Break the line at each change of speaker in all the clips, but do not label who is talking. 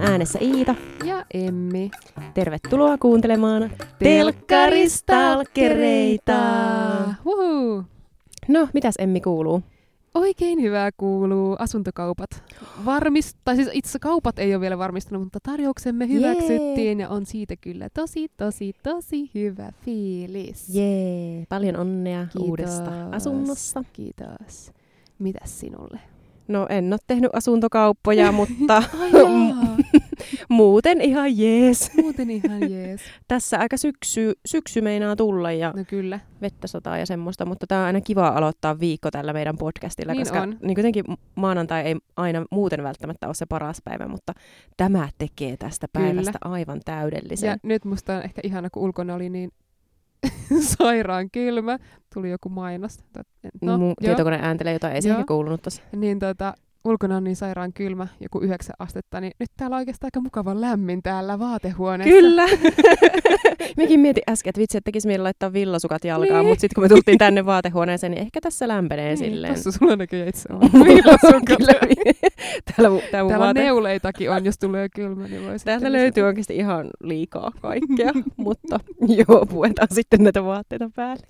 äänessä Iita.
Ja Emmi.
Tervetuloa kuuntelemaan Telkkaristalkkereita.
Woohoo!
No, mitäs Emmi kuuluu?
Oikein hyvää kuuluu asuntokaupat. Varmist, tai siis itse kaupat ei ole vielä varmistunut, mutta tarjouksemme hyväksyttiin ja on siitä kyllä tosi, tosi, tosi hyvä fiilis.
Jee, paljon onnea
Kiitos.
uudesta asunnossa.
Kiitos. Mitäs sinulle?
No, en ole tehnyt asuntokauppoja, mutta
Ai
jaa. muuten ihan jees.
Muuten ihan jees.
Tässä aika syksy, syksy meinaa tulla ja
No kyllä.
vettä sataa ja semmoista, mutta tämä on aina kiva aloittaa viikko tällä meidän podcastilla,
Niin
koska
on.
niin kuitenkin maanantai ei aina muuten välttämättä ole se paras päivä, mutta tämä tekee tästä
Kyllä.
päivästä aivan täydellisen.
Ja nyt musta on ehkä ihana, kun ulkona oli niin sairaan kylmä. Tuli joku mainos. Tota,
No,
joo.
Mun tietokone ääntelee jotain, ei se
Joo.
ehkä kuulunut tossa.
niin tota, ulkona on niin sairaan kylmä, joku yhdeksän astetta, niin nyt täällä on oikeastaan aika mukava lämmin täällä vaatehuoneessa.
Kyllä! Mekin mietin äsken, että vitsi, että tekisi mieli laittaa villasukat jalkaan,
Niin.
mutta sitten kun me tultiin tänne vaatehuoneeseen, niin ehkä tässä lämpenee
niin,
silleen.
Tossa sulla näkyy itse on.
Mulla on kyllä.
Kyllä.
täällä, mu- tää mun
Täällä
vaate...
neuleitakin on, jos tulee kylmä, niin voi
Täältä löytyy oikeasti ihan liikaa kaikkea, mutta joo, puetaan sitten näitä vaatteita päälle.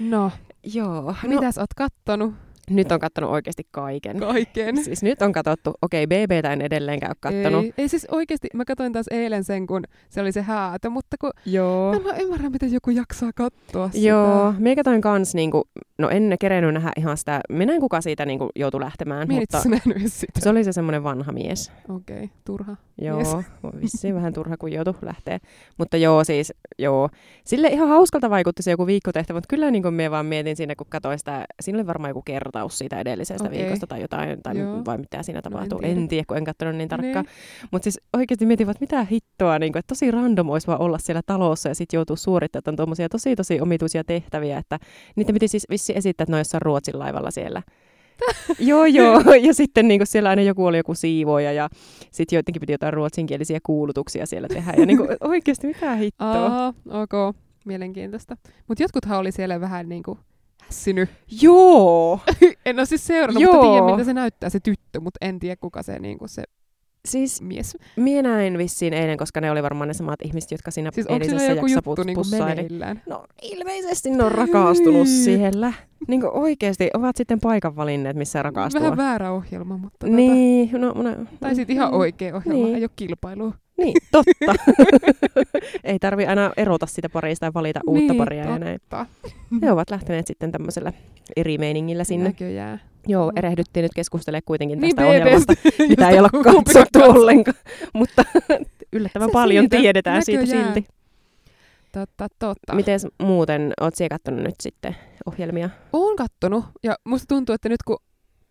No,
Joo,
no,
no,
mitäs oot kattonut?
nyt on kattonut oikeasti kaiken.
Kaiken.
Siis nyt on katsottu, okei, BBtä en edelleenkään ole kattonut.
Ei, ei siis oikeasti, mä katsoin taas eilen sen, kun se oli se häätö, mutta kun
Joo.
mä en vaan ymmärrä, miten joku jaksaa katsoa sitä.
Joo, minä katsoin kans, niinku, no en kerennyt nähdä ihan sitä, minä en kuka siitä niinku, joutui lähtemään,
Mä en
mutta
itse nähnyt edes sitä.
se oli se semmoinen vanha mies.
Okei, okay, turha.
Joo,
Mies.
vissiin vähän turha, kun joutui lähteä. Mutta joo, siis joo. Sille ihan hauskalta vaikutti se joku viikkotehtävä, mutta kyllä niin kuin minä vaan mietin siinä, kun katsoin sitä, siinä oli varmaan joku kertaus siitä edellisestä
Okei.
viikosta tai jotain, tai
Joo. No
vai mitä siinä
en
tapahtuu. en,
tiedä.
tiedä. kun en katsonut niin tarkkaan.
Niin.
Mutta siis oikeasti mietin, vaan, että mitä hittoa, niin kuin, että tosi random olisi vaan olla siellä talossa ja sitten joutuu suorittamaan tuommoisia tosi tosi omituisia tehtäviä, että niitä piti siis vissi esittää, että ne on jossain Ruotsin laivalla siellä. joo, joo. Ja sitten niin siellä aina joku oli joku siivoja ja sitten joidenkin piti jotain ruotsinkielisiä kuulutuksia siellä tehdä. Ja niin kuin, oikeasti mitä hittoa.
Aa, ok, mielenkiintoista. Mutta jotkuthan oli siellä vähän niinku hässinyt.
Joo.
En ole siis seurannut,
Joo.
mutta tiedän, mitä se näyttää se tyttö, mutta en tiedä, kuka se, niinku, se
Siis
mies.
minä näin vissiin eilen, koska ne oli varmaan ne samat ihmiset, jotka siinä
Siis onko sillä
eilisessä
joku
jaksossa
juttu
pus-
niinku
pussaili.
meneillään?
No ilmeisesti ne on rakastunut
Hyi.
siellä. Niin kuin oikeasti ovat sitten paikan valinneet, missä rakastua.
Vähän väärä ohjelma, mutta niin.
niin, no, no,
tota, tai sitten ihan oikea ohjelma,
Niin.
ei ole kilpailu.
Niin, totta. Ei tarvi aina erota sitä parista ja valita uutta
Niin,
paria ja näin.
totta.
He ovat lähteneet sitten tämmöisellä eri meiningillä sinne.
Näköjään. Niin
Joo, erehdittiin nyt keskustelemaan kuitenkin tästä
BBstä,
ohjelmasta, mitä
just
ei olla
kumpikaan
katsottu
katsonut.
ollenkaan. Mutta yllättävän
Se
paljon
siitä,
tiedetään siitä
näköjään.
silti.
Totta, totta.
Miten muuten, oot siellä kattonut nyt sitten ohjelmia?
Oon kattonut, ja musta tuntuu, että nyt kun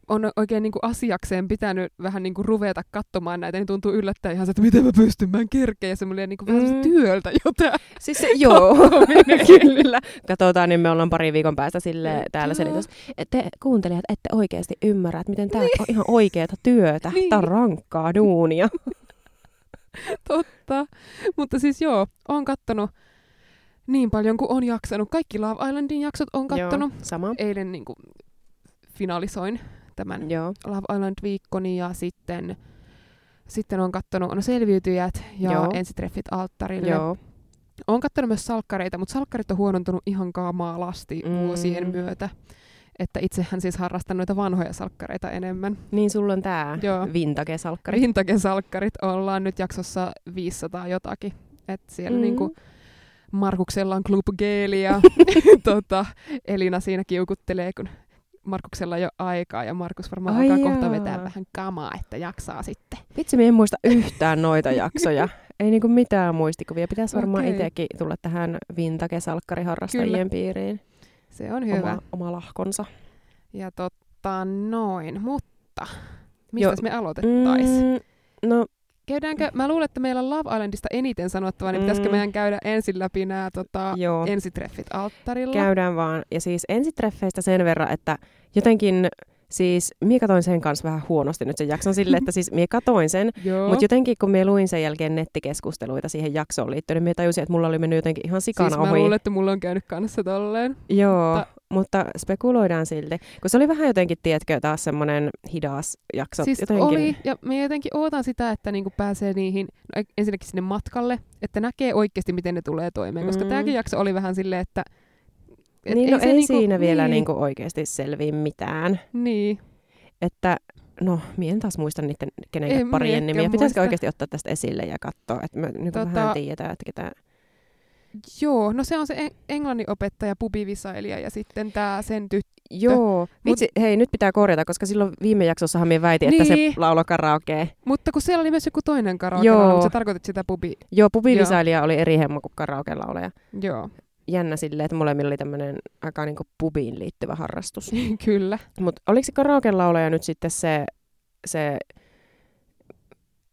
on oikein niinku asiakseen pitänyt vähän niinku ruveta katsomaan näitä, niin tuntuu yllättäen ihan se, että miten mä pystyn, mä en kerkeä, ja se mulle niinku vähän
Mm.
mm. työltä jotain.
Siis se, joo, kyllä. Katsotaan, niin me ollaan pari viikon päästä sille
Niin,
täällä
joo.
selitys. Et Te Eh, kuuntelijat ette oikeasti ymmärrä, että miten tämä on ihan oikeata työtä.
Niin.
Tää on rankkaa duunia.
Totta. Mutta siis joo, on kattonut niin paljon kuin on jaksanut. Kaikki Love Islandin jaksot on kattonut.
Joo, sama.
Eilen niin kuin finalisoin tämän
Joo,
Love Island viikkoni ja sitten, sitten on kattonut no selviytyjät ja
Joo.
joo. ensitreffit alttarille.
joo.
On kattonut myös salkkareita, mutta salkkarit on huonontunut ihan kaamalasti
Mm.
mm. vuosien myötä. Että itsehän siis harrastan noita vanhoja salkkareita enemmän.
Niin sulla on tää
Joo.
vintagesalkkari.
Rintakesalkkarit ollaan nyt jaksossa 500 jotakin. Et
Mm.
siellä mm. niinku Markuksella on Club Gale ja tota, Elina siinä kiukuttelee, kun Markuksella ei ole aikaa ja Markus varmaan
Ai
Ai alkaa kohta
jaa.
vetää vähän kamaa, että jaksaa sitten.
Vitsi, mä en muista yhtään noita jaksoja. Ei niinku mitään muistikuvia. Pitäisi varmaan
Okei.
itsekin tulla tähän vintagesalkkariharrastajien
Kyllä.
piiriin.
Se on hyvä.
Oma, oma lahkonsa.
Ja totta noin, mutta mistäs me aloitettaisiin?
Mm, no,
Käydäänkö, mä luulen, että meillä on Love Islandista eniten sanottavaa, niin
Mm.
pitäisikö meidän käydä ensin läpi nämä tota,
joo.
ensitreffit alttarilla?
Käydään vaan. Ja siis ensitreffeistä sen verran, että jotenkin Siis mie katoin sen kanssa vähän huonosti nyt sen jakson sille, että siis mie katoin sen,
Joo.
mutta jotenkin kun mie luin sen jälkeen nettikeskusteluita siihen jaksoon liittyen, niin mie tajusin, että mulla oli mennyt jotenkin ihan sikana
siis mä
ohi.
luulen, että mulla on käynyt kanssa tolleen.
Joo,
Mutta-
mutta spekuloidaan silti. Kun se oli vähän jotenkin, tiedätkö, taas semmoinen hidas jakso.
siis
jotenkin.
oli, ja me jotenkin ootan sitä, että niinku pääsee niihin, no e- ensinnäkin sinne matkalle, että näkee oikeasti, miten ne tulee toimeen, koska
Mm.
tämäkin jakso oli vähän silleen, että... et
niin, no
se
ei siinä vielä
niin,
niinku oikeasti selviä mitään.
Niin,
Että no, mie en taas muista niiden kenenkään
En
parien
miekään
nimiä. Pitäisikö
muista.
oikeasti ottaa tästä esille ja katsoa, että me niin tota... vähän
Tota-
tiedetään, että ketä...
joo, no se on se en- englannin opettaja, pubivisailija ja sitten tämä sen tyttö.
Joo, vitsi, hei nyt pitää korjata, koska silloin viime jaksossahan mie väitin, että
Niin.
se lauloi karaokee.
Mutta kun siellä oli myös joku toinen karaoke,
Joo.
mutta sä tarkoitit sitä pubi...
Joo, pubivisailija oli eri hemmo kuin karaoke-laulaja.
Joo,
Jännä silleen, että molemmilla oli tämmöinen aika niinku pubiin liittyvä harrastus.
kyllä.
Mutta oliko se karaoke-laulaja nyt sitten se, se,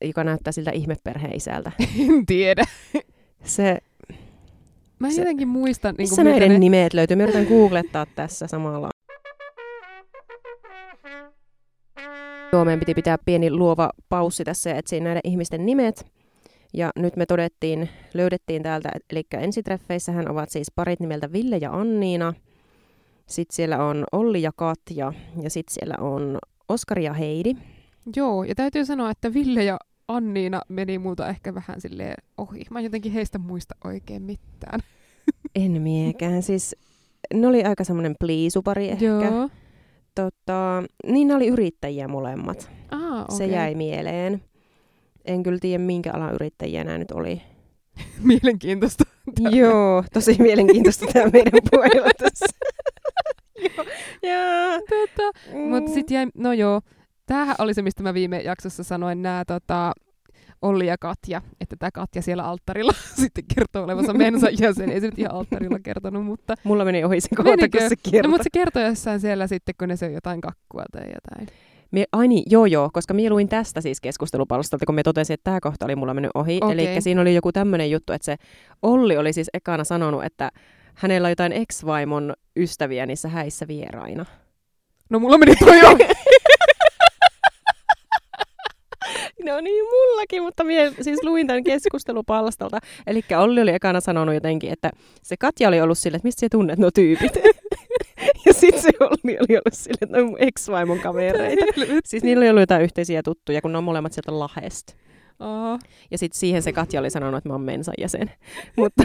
joka näyttää siltä ihmeperheen isältä?
En tiedä.
Se,
Mä en
Se-
jotenkin muista... Niin
missä näiden nimet löytyy? Mä yritän googlettaa tässä samalla. Joo, meidän piti pitää pieni luova paussi tässä ja etsiä näiden ihmisten nimet. Ja nyt me todettiin, löydettiin täältä, eli ensitreffeissähän ovat siis parit nimeltä Ville ja Anniina. Sitten siellä on Olli ja Katja. Ja sitten siellä on Oskari ja Heidi.
Joo, ja täytyy sanoa, että Ville ja Anniina meni multa ehkä vähän silleen ohi. Mä en jotenkin heistä muista oikein mitään.
En miekään. Siis ne oli aika semmoinen pliisupari ehkä. Tota, niin ne oli yrittäjiä molemmat.
Ah, okay.
Okay. Se jäi mieleen. En kyllä tiedä, minkä alan yrittäjiä nämä nyt oli.
Mielenkiintoista.
Joo, tosi mielenkiintoista tämä meidän puheella tässä. Joo.
Tota,
Mm.
Mutta sitten jäi, no joo, tämähän oli se, mistä mä viime jaksossa sanoin, nämä tota, Olli ja Katja, että tämä Katja siellä alttarilla sitten kertoo olevansa mensa jäsen. Ei se nyt ihan alttarilla kertonut, mutta...
Mm. Mulla meni ohi se kohta, kun
Menikö?
se kiertää.
No, mutta se kertoo jossain siellä sitten, kun ne syö jotain kakkua tai jotain.
Mie, ai niin, joo joo, koska mie luin tästä siis keskustelupalstalta, kun me totesin, että tämä kohta oli mulla mennyt ohi.
Okei.
Eli siinä oli joku tämmöinen juttu, että se Olli oli siis ekana sanonut, että hänellä on jotain ex-vaimon ystäviä niissä häissä vieraina.
No mulla meni toi ohi.
No niin, mullakin, mutta mie siis luin tämän keskustelupalstalta. Eli Olli oli ekana sanonut jotenkin, että se Katja oli ollut silleen, että mistä sä tunnet nuo tyypit? ja sitten se Olli oli ollut silleen, että ne on mun ex-vaimon kavereita. Siis niillä oli ollut jotain yhteisiä tuttuja, kun ne on molemmat sieltä Lahesta.
Aa.
Ja sitten siihen se Katja oli sanonut, että mä oon mensan jäsen. mutta,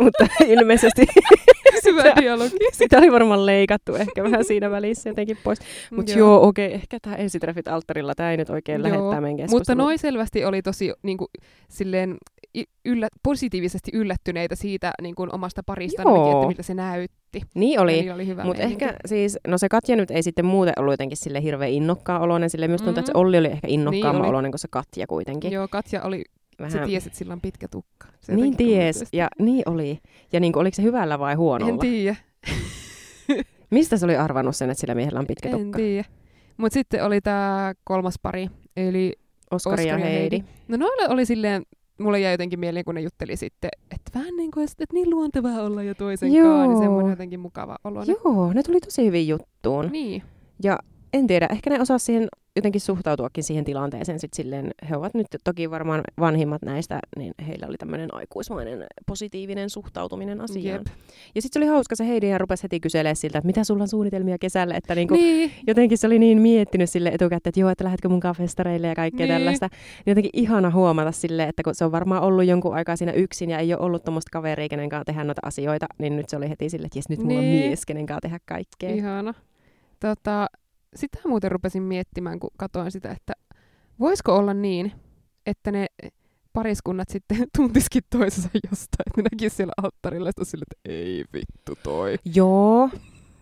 mutta ilmeisesti
Hyvä dialogi.
sitä oli varmaan leikattu ehkä vähän siinä välissä jotenkin pois. Mutta joo, joo okei, okay, ehkä tämä ensitreffit alttarilla, tämä ei nyt oikein
Joo,
lähettää meidän
Mutta
keskustelua.
noi sellvästi oli tosi niin kuin, silleen, i- yllä, positiivisesti yllättyneitä siitä niin kuin, omasta parista,
Joo.
ainakin, että miltä se näytti.
Niin oli.
Eli oli hyvä
Mutta
meininki.
ehkä siis, no se Katja nyt ei sitten muuten ollut jotenkin sille hirveän innokkaan oloinen. Sille myös tuntuu, että se
Mm.
Olli oli ehkä innokkaamman
Niin oli.
niin oloinen kuin se Katja kuitenkin.
Joo, Katja oli,
Vähän.
se tiesi, että sillä on pitkä tukka. Se
niin
jotenkin
ties.
tunnisti.
Ja niin oli. Ja niin kuin, oliko se hyvällä vai
En
huonolla?
tiedä,
Mistä se oli arvannut sen, että sillä miehellä on pitkä
en
tukka?
tiedä. Mutta sitten oli tämä kolmas pari, eli
Oskari ja
Oskari ja
Heidi.
Heidi. No noilla oli silleen, mulle jäi jotenkin mieleen, kun ne jutteli sitten, että vähän niin kuin, että niin luontevaa olla jo toisen
Joo.
kanssa, niin semmoinen jotenkin mukava olo.
Joo, ne tuli tosi hyvin juttuun.
Niin,
En tiedä, ehkä ne osaa siihen jotenkin suhtautuakin siihen tilanteeseen sit silleen, he ovat nyt toki varmaan vanhimmat näistä, niin heillä oli tämmöinen aikuismainen positiivinen suhtautuminen asiaan.
jep.
Ja sitten se oli hauska, se Heidi rupesi heti kyselemään siltä, että mitä sulla on suunnitelmia kesällä, että niinku, niin.
Niin,
jotenkin se oli niin miettinyt sille etukäteen, että joo, että lähdetkö mukaan festareille ja kaikkea
Niin.
niin. tällaista. Niin jotenkin ihana huomata sille, että kun se on varmaan ollut jonkun aikaa siinä yksin ja ei ole ollut tuommoista kaveria, kenen kanssa tehdä noita asioita, niin nyt se oli heti silleen, että jes, nyt mulla on
Niin.
mies, kenen kanssa tehdä kaikkea.
Ihana. Tota, sitä muuten rupesin miettimään, kun katsoin sitä, että voisiko olla niin, että ne pariskunnat sitten tuntiskin toisensa jostain, että ne näkis siellä alttarilla ja sit on sille, että ei vittu toi.
Joo,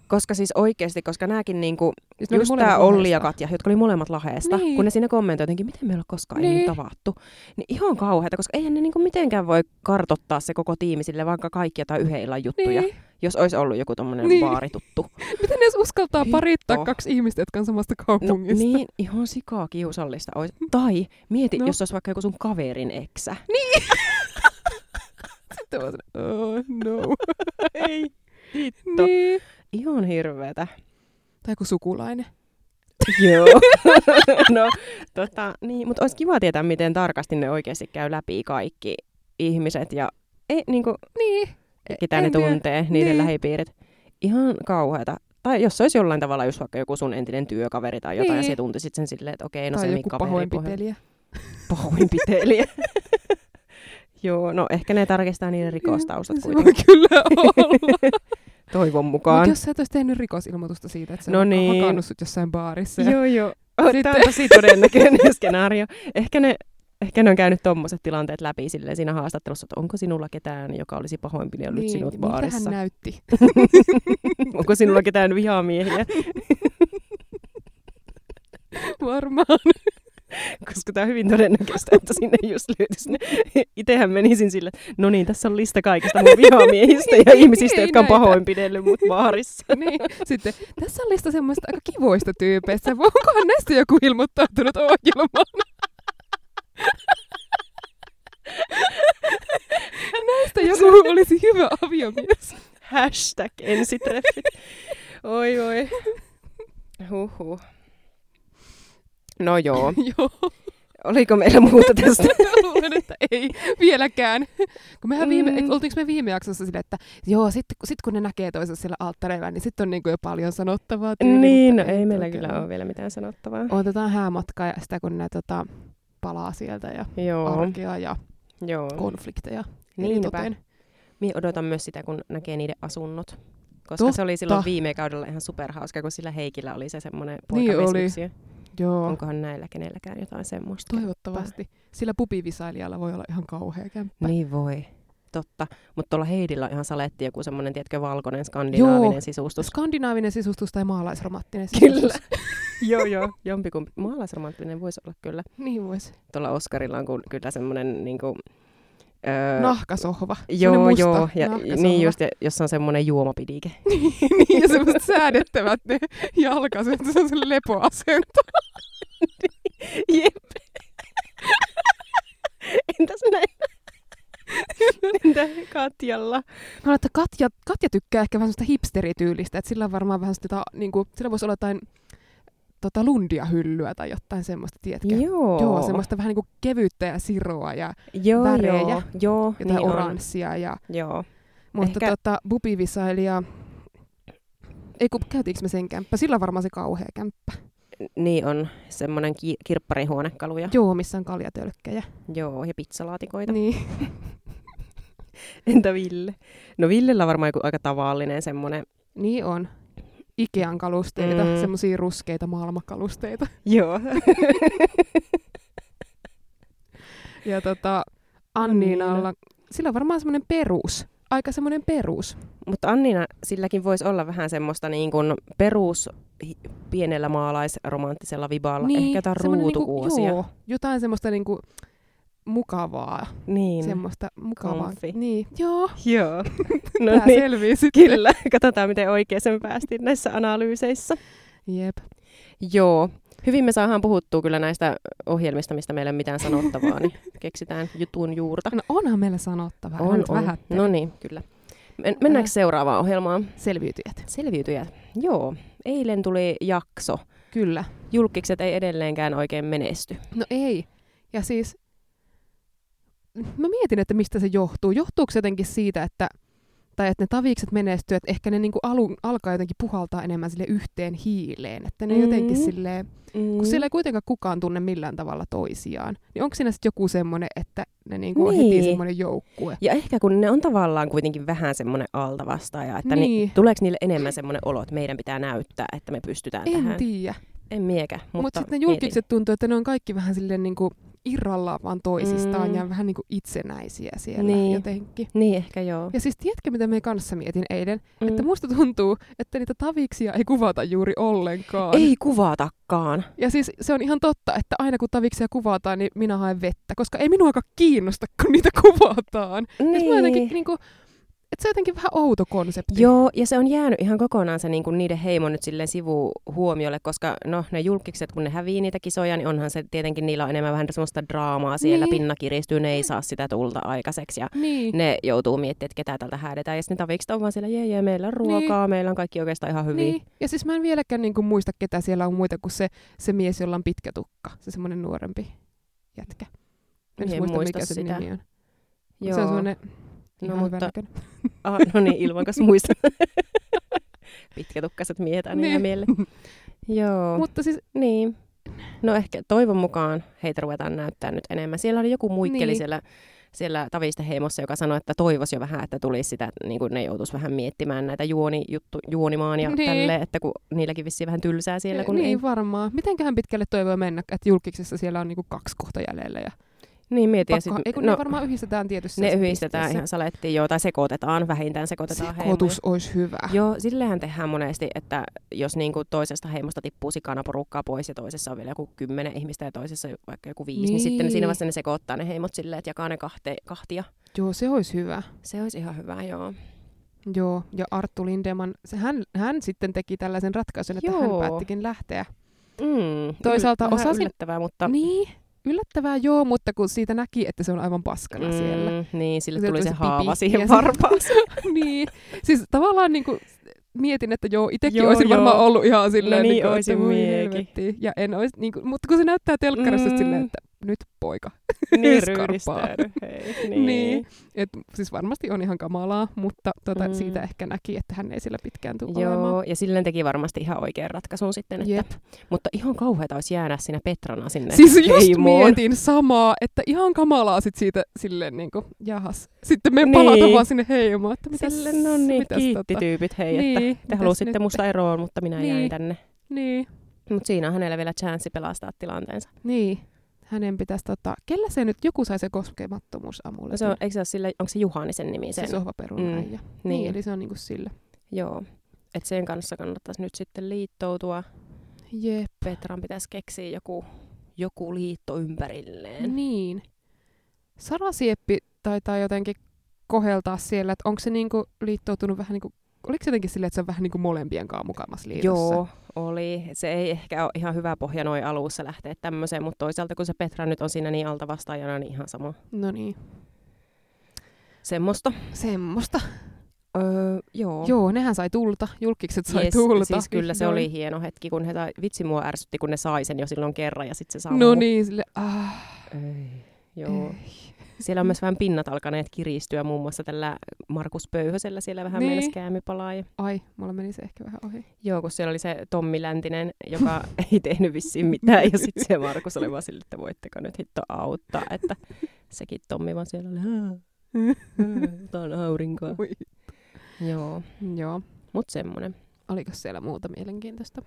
koska siis oikeasti, koska nämäkin niinku,
Siis ne oli
just
molemmat
tämä Olli ja
Lahdesta.
Katja, jotka oli molemmat laheesta,
Niin.
niin. kun ne siinä kommentoi jotenkin, miten me ei ole koskaan
Niin.
niin. tavattu. Niin ihan kauheata, koska eihän ne niinku mitenkään voi kartottaa se koko tiimi sille, vaikka kaikki jotain yhden illan juttuja, niin.
Niin.
jos olisi ollut joku tommonen
Niin.
niin. vaarituttu.
Miten ne edes uskaltaa
Hitto.
parittaa kaksi ihmistä, jotka on samasta
No
kaupungista?
niin, ihan sikaa kiusallista olisi. Tai mieti,
No.
no. jos olisi vaikka joku sun kaverin eksä.
Sitten mä sanoin, oh, no.
Ei.
niin.
Ihan hirveetä.
Tai joku sukulainen.
Joo. no, tota, niin, mutta olisi kiva tietää, miten tarkasti ne oikeasti käy läpi kaikki ihmiset ja ei, niin kuin,
Niin.
ketä
En
ne
tiedä.
tuntee, niiden
Niin.
lähipiirit. Ihan kauheata. Tai jos se olisi jollain tavalla just vaikka joku sun entinen työkaveri tai jotain,
Niin.
ja sä tuntisit sen silleen, että okei, no
tai
se
joku
Mikka pahoinpiteli.
pahoinpitelijä.
pahoinpitelijä. Joo, no ehkä ne tarkistaa niiden rikostaustat
Niin. Se voi
kuitenkin.
kyllä olla.
Toivon
Mutta
mukaan.
jos sä et olisi tehnyt rikosilmoitusta siitä, että sä
No
no niin.
niin.
hakannut sut jossain baarissa. Ja...
Joo, joo. Oh, Tämä on
Sitten-
tosi todennäköinen skenaario. Ehkä ne, ehkä ne on käynyt tuommoiset tilanteet läpi silleen siinä haastattelussa, että onko sinulla ketään, joka olisi pahoinpidellyt niin, sinut
miltä
baarissa.
hän näytti?
onko sinulla ketään vihamiehiä?
Varmaan.
koska tämä on hyvin todennäköistä, että sinne just löytyisi ne. Itehän menisin sille, että no niin, tässä on lista kaikista mun vihamiehistä ja ihmisistä,
Ei
jotka on
näitä.
pahoinpidellyt mut baarissa.
niin. Sitten tässä on lista semmoista aika kivoista tyypeistä. Onkohan näistä joku ilmoittautunut ohjelmaan? näistä joku olisi hyvä aviomies.
Hashtag ensitreffit. Oi, oi. Huhhuh. No joo.
Joo,
Oliko meillä muuta tästä?
luulen, että ei vieläkään. Kun mehän viime,
Mm.
mm. oltiinko me viime jaksossa sille, että joo, sit, sit kun ne näkee toisensa siellä alttareilla, niin sitten on niinku jo paljon sanottavaa. tyyliin,
niin, no
mutta
ei
nyt
meillä
oikein
kyllä Oh, ole vielä mitään sanottavaa.
Otetaan häämatkaa ja sitä, kun ne tota, palaa sieltä ja
Joo,
arkea ja
joo. Niin,
konflikteja.
Niinpä.
eritoten.
Mie odotan myös sitä, kun näkee niiden asunnot. Koska Totta. se oli silloin viime kaudella ihan superhauska, kun sillä Heikillä oli se semmoinen poikavesmyksiä. Niin
Joo,
Onkohan näillä kenelläkään jotain semmoista?
toivottavasti. Sillä pubivisailijalla voi olla ihan kauhea kämppä.
Niin voi. Totta. Mutta tuolla Heidillä on ihan saletti joku semmoinen, tietkö, valkoinen skandinaavinen
Joo.
sisustus.
Skandinaavinen sisustus tai maalaisromanttinen
Kyllä.
sisustus.
joo, joo. Jompikumpi. Maalaisromanttinen voisi olla kyllä.
niin voisi.
Tuolla Oskarilla on ku- kyllä semmoinen niin kuin, öö,
Nahkasohva.
Joo,
Semmoinen No, musta No,
joo. Ja,
nahkasohva.
niin just, ja, jossa on semmoinen juomapidike.
niin, ja semmoiset säädettävät ne jalkaset, se on se lepoasento.
Jep. Entäs näin? Entä Katjalla?
Mä luulen, että Katja, Katja tykkää ehkä vähän semmoista hipsterityylistä, että sillä on varmaan vähän sitä, niin kuin, sillä voisi olla jotain tota, lundia hyllyä tai jotain semmoista, tiedätkö?
Joo.
Joo, semmoista vähän niin kuin kevyyttä ja siroa ja
joo,
värejä.
Joo, joo
jotain
niin
niin
on.
oranssia ja
Joo.
Mutta
Ehkä-
Ehkä... tota, bubivisailija... Ei kun käytiinkö me sen kämppä? Sillä on varmaan se kauhea kämppä.
Niin on semmoinen ki- kirpparihuonekaluja.
Joo, missä on kaljatölkkejä.
Joo, ja pizzalaatikoita.
Niin.
Entä Ville? No Villellä on varmaan joku aika tavallinen semmoinen.
niin on. Ikean kalusteita,
Mm.
mm. semmoisia ruskeita maailmakalusteita.
Joo.
Ja tota,
No niin.
Anniinalla, sillä on varmaan semmoinen perus. Aika semmoinen perus.
Mutta Annina, silläkin voisi olla vähän semmoista niin kuin perus hi- pienellä maalaisromanttisella viballa. Ehkä jotain
semmoinen
ruutukuosia.
Niin, Niinku, joo, jotain semmoista niinku mukavaa.
niin.
Mm. Semmoista mukavaa.
Comfy.
Niin, joo.
Joo. no
Tää
niin,
selvii sitten.
kyllä. Katsotaan, miten oikein sen päästiin näissä analyyseissä.
Jep.
Joo. Hyvin me saadaan puhuttua kyllä näistä ohjelmista, mistä meillä ei ole mitään sanottavaa, niin keksitään jutun juurta.
No onhan meillä sanottavaa. Älä nyt vähättele.
No niin, kyllä. Men- mennäänkö
Älä-
seuraavaan ohjelmaan?
Selviytyjät.
Selviytyjät. Joo. Eilen tuli jakso.
Kyllä.
Julkikset ei edelleenkään oikein menesty.
No ei. Ja siis mä mietin, että mistä se johtuu. Johtuuko se jotenkin siitä, että tai että ne tavikset menestyy, että ehkä ne niinku alun, alkaa jotenkin puhaltaa enemmän sille yhteen hiileen. Että ne
Mm.
mm-hmm. jotenkin silleen,
Mm.
kun siellä ei kuitenkaan kukaan tunne millään tavalla toisiaan, niin onko siinä sitten joku semmoinen, että ne niinku on
Niin.
heti semmoinen joukkue?
Ja ehkä kun ne on tavallaan kuitenkin vähän semmoinen altavastaaja, että niin.
Niin.
ni, tuleeko niille enemmän semmoinen olo, että meidän pitää näyttää, että me pystytään
En
tähän?
tiedä.
en miekä,
Mutta
mutta
sitten ne
mietin.
julkikset tuntuu, että ne on kaikki vähän silleen niinku irrallaan vaan toisistaan
Mm.
mm. ja vähän niinku itsenäisiä siellä
Niin.
niin. jotenkin.
Niin ehkä joo.
Ja siis tiedätkö, mitä me kanssa mietin eilen?
Mm.
Mm. Että musta tuntuu, että niitä taviksia ei kuvata juuri ollenkaan.
Ei kuvatakaan.
Ja siis se on ihan totta, että aina kun taviksia kuvataan, niin minä Siis haen vettä, koska ei minuakaan kiinnosta, kun niitä kuvataan. Niin. Mä jotenkin, niin kuin, Et se on jotenkin vähän outo konsepti.
Joo, ja se on jäänyt ihan kokonaan se niin kuin niiden heimo nyt silleen sivuhuomiolle, koska no ne julkikset, kun ne hävii niitä kisoja, niin onhan se tietenkin, niillä on enemmän vähän semmoista draamaa siellä,
Niin.
niin. pinna kiristyy, ne ei saa sitä tulta aikaiseksi ja
Niin.
ne joutuu miettimään, että ketä tältä häädetään. Ja sitten ne tavikset on vaan siellä, jee, jee, meillä on ruokaa, niin. meillä on kaikki oikeastaan ihan hyvin.
Niin. Ja siis mä en vieläkään niinku muista, ketä siellä on muita kuin se, se mies, jolla on pitkä tukka. Se semmoinen nuorempi jätkä. Mä En,
Niin, En
muista,
muista
mikä sen
sitä.
nimi on.
Joo.
Se on semmoinen...
No
No,
mutta-
mutta...
Ah, no niin, ilmankas muista. Pitkätukkaiset miehet aina
Niin.
niin. mieleen. Joo, Mut.
mutta siis,
niin. No ehkä toivon mukaan heitä ruvetaan näyttää nyt enemmän. Siellä oli joku muikkeli
Niin.
niin. siellä, siellä Tavisten heimossa, joka sanoi, että toivoisi jo vähän, että tulisi sitä, niin kuin ne joutuisi vähän miettimään näitä juoni, juttu, juonimaan ja
Niin.
niin. tälleen, että kun niilläkin vissiin vähän tylsää siellä, kun
niin
ei.
varmaan. Mitenköhän pitkälle toivoo mennä, että julkiksessa siellä on niinku kaksi kohta jäljellä. Ja
Niin mietin. ja
pakko, ei kun
no,
ne varmaan yhdistetään tietyssä
ne
se
yhdistetään ihan
pisteessä.
salettiin joo, tai sekoitetaan, vähintään sekoitetaan heimoja.
Sekoitus olisi hyvä.
Joo, sillehän tehdään monesti, että jos niin kuin toisesta heimosta tippuu sikana porukkaa pois ja toisessa on vielä joku kymmenen ihmistä ja toisessa vaikka joku viisi, niin, niin sitten
Niin.
siinä vaiheessa ne sekoittaa ne heimot silleen, että jakaa ne kahte, kahtia.
Joo, se olisi hyvä.
Se olisi ihan hyvä, joo.
Joo, ja Arttu Lindeman, se, hän, hän sitten teki tällaisen ratkaisun, että
Joo.
hän päättikin lähteä.
Mm,
Toisaalta
vähän
osasin-
yllättävää, mutta...
Niin, yllättävää joo, mutta kun siitä näki, että se on aivan paskana mm. siellä.
Mm, niin, sille
Sieltä
tuli se
tuli se
haava
pipi ja
siihen
se-
varpaaseen.
niin, siis tavallaan niin kuin, mietin, että joo, itsekin
Joo,
olisin varmaan
joo.
ollut ihan silleen,
No niin,
niin kuin,
oisin
että voi
miekin.
helvettiin. Ja en ois, niin kuin, mutta kun se näyttää telkkarissa mm.
Mm.
silleen, että nyt poika.
niin,
Skarpaa.
ryhdistäydy, hei.
Niin.
Niin.
Et, siis varmasti on ihan kamalaa, mutta tota, mm.
Mm.
siitä ehkä näki, että hän ei sillä pitkään tule olemaan.
Joo, ja silleen teki varmasti ihan oikean ratkaisun sitten. Että,
Jep.
Mutta ihan kauheata olisi jäädä sinä Petrana sinne
Siis just
heimoon.
mietin samaa, että ihan kamalaa sit siitä silleen niin kuin, jahas. Sitten me palata
Niin.
vaan sinne heimoon, että mitäs,
Sille, no niin,
mitäs tota-
kiitti tyypit, hei, että
niin,
Te
mitäs
halusitte
nyt?
musta eroon, mutta minä jäin
Niin.
tänne.
Niin,
Mutta siinä on hänellä vielä chanssi pelastaa tilanteensa.
niin. Hänen pitäisi tota, kellä se nyt, joku sai se koskemattomuus
No
amuletin.
se on, eikö se ole sille, onko se Juhanisen nimi sen?
se sohvaperun mm.
Mm,
äijä. Niin.
niin.
niin, eli se on niinku sillä.
Joo. Et sen kanssa kannattaisi nyt sitten liittoutua.
Jep.
Petran pitäisi keksiä joku, joku liitto ympärilleen.
Niin. Sara Sieppi taitaa jotenkin koheltaa siellä, että onko se niinku liittoutunut vähän niinku, oliko se jotenkin silleen, että se on vähän niinku molempien kanssa mukamassa liitossa?
Joo, oli. Et Se ei ehkä ole ihan hyvä pohja noin alussa lähteä tämmöiseen, mutta toisaalta kun se Petra nyt on siinä niin altavastaajana, niin ihan sama.
No niin.
Semmosta.
Semmosta.
Öö, joo.
Joo, nehän sai tulta. Julkikset sai
Jes,
tulta.
Siis kyllä se
Vihdoin.
oli hieno hetki, kun he sai, vitsi mua ärsytti, kun ne sai sen jo silloin kerran ja sitten se sammui.
No niin, sille, ah,
Ei. Joo.
Joo.
Ei. Siellä on myös vähän pinnat alkaneet kiristyä, muun muassa tällä Markus Pöyhösellä siellä vähän
Niin.
niin. meillä käämipalaa. Ja...
Ai, mulla meni se ehkä vähän ohi.
Joo, kun siellä oli se Tommi Läntinen, joka ei tehnyt vissiin mitään, ja sitten se Markus oli vaan sille, että voitteko nyt hitto auttaa, että sekin Tommi vaan siellä oli, "Hää, hää, otan aurinkoa.
Oi.
Joo,
Joo.
mut semmonen.
Oliko siellä muuta mielenkiintoista?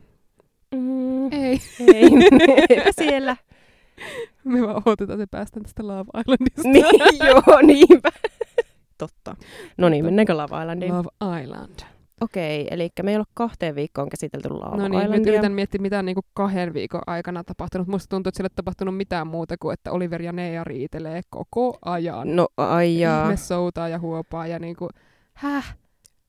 Mm,
Ei.
ei, eipä siellä.
Me vaan odotetaan, että päästään tästä Love Islandista.
Niin, joo, niinpä. Totta. No niin, mennäänkö Lava Islandiin?
Love Island.
Okei, eli me ei olla kahteen viikkoon käsitelty Lava
No niin, nyt
Islandia.
yritän miettiä, mitä on niinku kahden viikon aikana tapahtunut. Musta tuntuu, että sille ei tapahtunut mitään muuta kuin, että Oliver ja Nea riitelee koko ajan.
No ai jaa.
Ihme soutaa ja huopaa ja niinku, häh?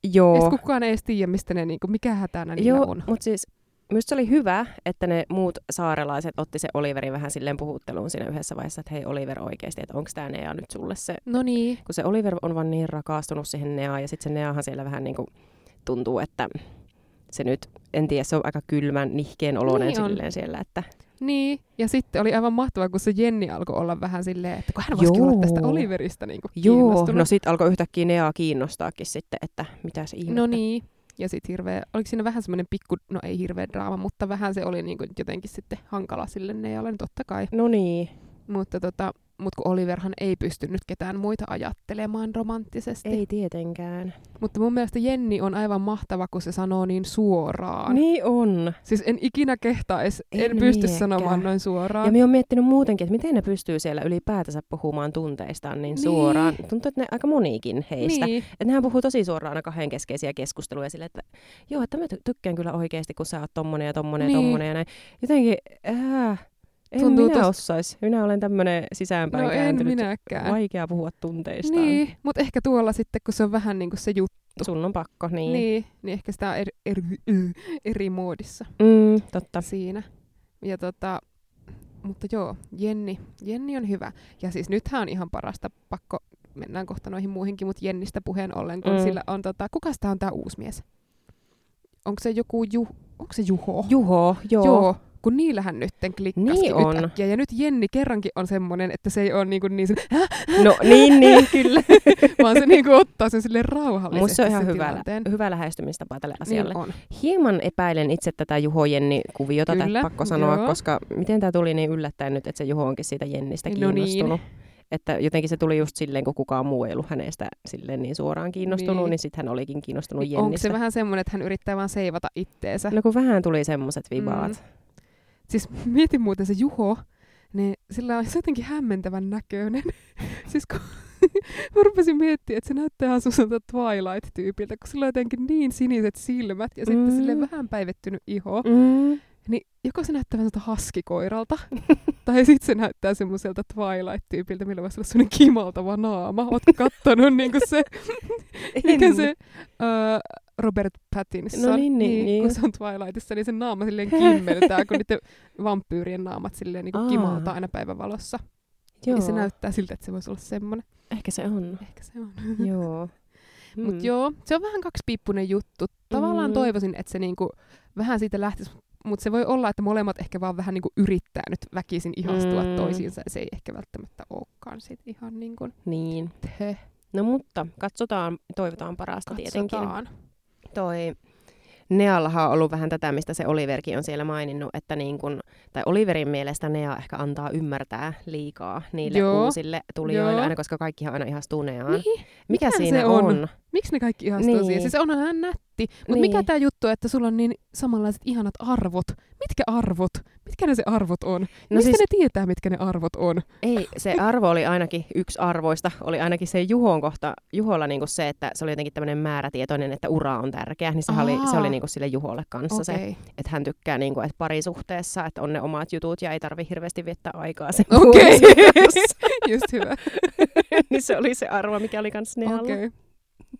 Edes
Joo,
kukaan ei edes tiedä, mistä ne niinku, mikä hätänä niillä
Oh. joo
on.
mutta siis Minusta se oli hyvä, että ne muut saarelaiset otti se Oliverin vähän silleen puhutteluun siinä yhdessä vaiheessa, että hei Oliver oikeasti, että onko tämä Nea nyt sulle se.
No niin.
Kun se Oliver on vaan niin rakastunut siihen Neaan ja sitten se Neahan siellä vähän niin kuin tuntuu, että se nyt, en tiedä, se on aika kylmän, nihkeen oloinen
Niin
niin
on.
silleen siellä, että
Niin, ja sitten oli aivan mahtavaa, kun se Jenni alkoi olla vähän silleen, että kun hän voisikin
Joo.
olla tästä Oliverista niin
joo, no sit alkoi yhtäkkiä Neaa kiinnostaakin sitten, että mitä se ihmettä.
no niin. Ja sitten hirveä, oliko siinä vähän semmoinen pikku, no ei hirveä draama, mutta vähän se oli niin kuin jotenkin sitten hankala sille Nealle, no totta kai.
No niin,
Mutta tota, mut kun Oliverhan ei pystynyt ketään muita ajattelemaan romanttisesti.
ei tietenkään.
Mutta mun mielestä Jenni on aivan mahtava, kun se sanoo niin suoraan.
Niin on.
Siis en ikinä kehtaisi, en, en
En
pysty
miekään.
sanomaan noin suoraan.
Ja minä oon miettinyt muutenkin, että miten ne pystyy siellä ylipäätänsä puhumaan tunteistaan niin,
Niin.
suoraan. Tuntuu, että ne aika moniikin heistä. Niin.
niin.
Että nehän puhuu tosi suoraan aina kahden keskeisiä keskusteluja sille, että joo, että mä ty- tykkään kyllä oikeasti, kun sä oot tommonen ja tommonen
Niin.
ja tommonen ja näin. Jotenkin, äh, En
Tuntuu
minä
tos-
osais. Minä olen tämmöinen sisäänpäin
No en
kääntynyt.
minäkään.
Vaikea puhua tunteistaan.
Niin, mutta ehkä tuolla sitten, kun se on vähän niin kuin se juttu,
Sun on pakko, niin.
niin, niin, niin ehkä sitä on eri, eri, y- eri muodissa
Mm, totta.
siinä. Ja tota, mutta joo, Jenni. Jenni on hyvä. Ja siis nythän on ihan parasta, pakko, mennään kohta noihin muihinkin, mutta Jennistä puheen ollen, kun
Mm.
mm. sillä on tota, kukas tää on tää uusi mies? Onko se joku Ju, onko se Juho?
Juho, joo.
Joo, kun niillähän nytten klikkasikin
Niin on.
yhtäkkiä. Ja nyt Jenni kerrankin on semmonen, että se ei ole niinku niin se,
No niin, niin, kyllä.
vaan se niinku ottaa sen sille rauhallisesti
Musta se on ihan
sen
hyvä,
tilanteen.
hyvä lähestymistapa tälle asialle.
Niin on.
Hieman epäilen itse tätä Juho Jenni-kuviota,
Kyllä,
Kyllä, pakko sanoa,
joo.
koska miten tämä tuli niin yllättäen nyt, että se Juho onkin siitä Jennistä
No
kiinnostunut. Että jotenkin se tuli just silleen, kun kukaan muu ei ollut hänestä silleen niin suoraan kiinnostunut,
Niin.
niin, niin sitten hän olikin kiinnostunut
Onko
Jennistä.
se vähän semmonen, että hän yrittää vaan seivata itteensä?
No kun vähän tuli semmoiset vibaat. Mm.
Siis mieti muuten se Juho, niin sillä on se jotenkin hämmentävän näköinen. siis kun mä rupesin miettimään, että se näyttää ihan semmoiselta Twilight-tyypiltä, kun sillä on jotenkin niin siniset silmät ja sitten
Mm.
sille vähän päivettynyt iho.
Mm.
Niin joko se näyttää vähän semmoiselta haskikoiralta, tai sitten se näyttää semmoiselta Twilight-tyypiltä, millä voisi olla semmoinen kimaltava naama. Ootko kattonut niinku se, mikä Niin se öö, Robert Pattinson,
No niin, niin, niin.
kun se on Twilightissa, niin sen naama silleen kimmeltää, kun niiden vampyyrien naamat silleen niin
Aa.
kimaltaa aina päivänvalossa.
Joo,
Ja se näyttää siltä, että se voisi olla semmoinen.
ehkä se on.
Ehkä se on.
joo. Mm.
Mut joo, se on vähän kaksipiippunen juttu. Tavallaan
Mm.
toivoisin, että se niinku vähän siitä lähtisi, mutta se voi olla, että molemmat ehkä vaan vähän niinku yrittää nyt väkisin ihastua
Mm.
toisiinsa, ja se ei ehkä välttämättä olekaan sit ihan niin kuin
Niin.
he
No mutta katsotaan, toivotaan parasta tietenkin.
katsotaan.
toi Neallahan on ollut vähän tätä, mistä se Oliverkin on siellä maininnut, että niin kun, tai Oliverin mielestä Nea ehkä antaa ymmärtää liikaa niille
Joo.
Joo. uusille tulijoille,
Joo.
aina, koska kaikkihan aina ihastuu Neaan.
Niin,
Mikä
mitähän
siinä
se on?
on? No
Miksi ne kaikki ihastuu niin.
Niin.
siihen? Siis onhan hän nätti. Mutta niin.
Niin.
mikä tämä juttu, että sulla on niin samanlaiset ihanat arvot? Mitkä arvot? Mitkä ne se arvot on? No
No
Mistä siis...
siis
ne tietää, mitkä ne arvot on?
ei, se arvo oli ainakin yksi arvoista, oli ainakin se Juhon kohta, Juholla niin se, että se oli jotenkin tämmöinen määrätietoinen, että ura on tärkeä, niin se oli, se
Aa.
oli niin sille Juholle kanssa okay. se,
Okei.
että hän tykkää niin kuin, että parisuhteessa, että on ne omat jutut ja ei tarvi hirveästi viettää aikaa sen
Okei.
puolison kanssa.
Just hyvä.
niin se oli se arvo, mikä oli kans Nealla.
Okei.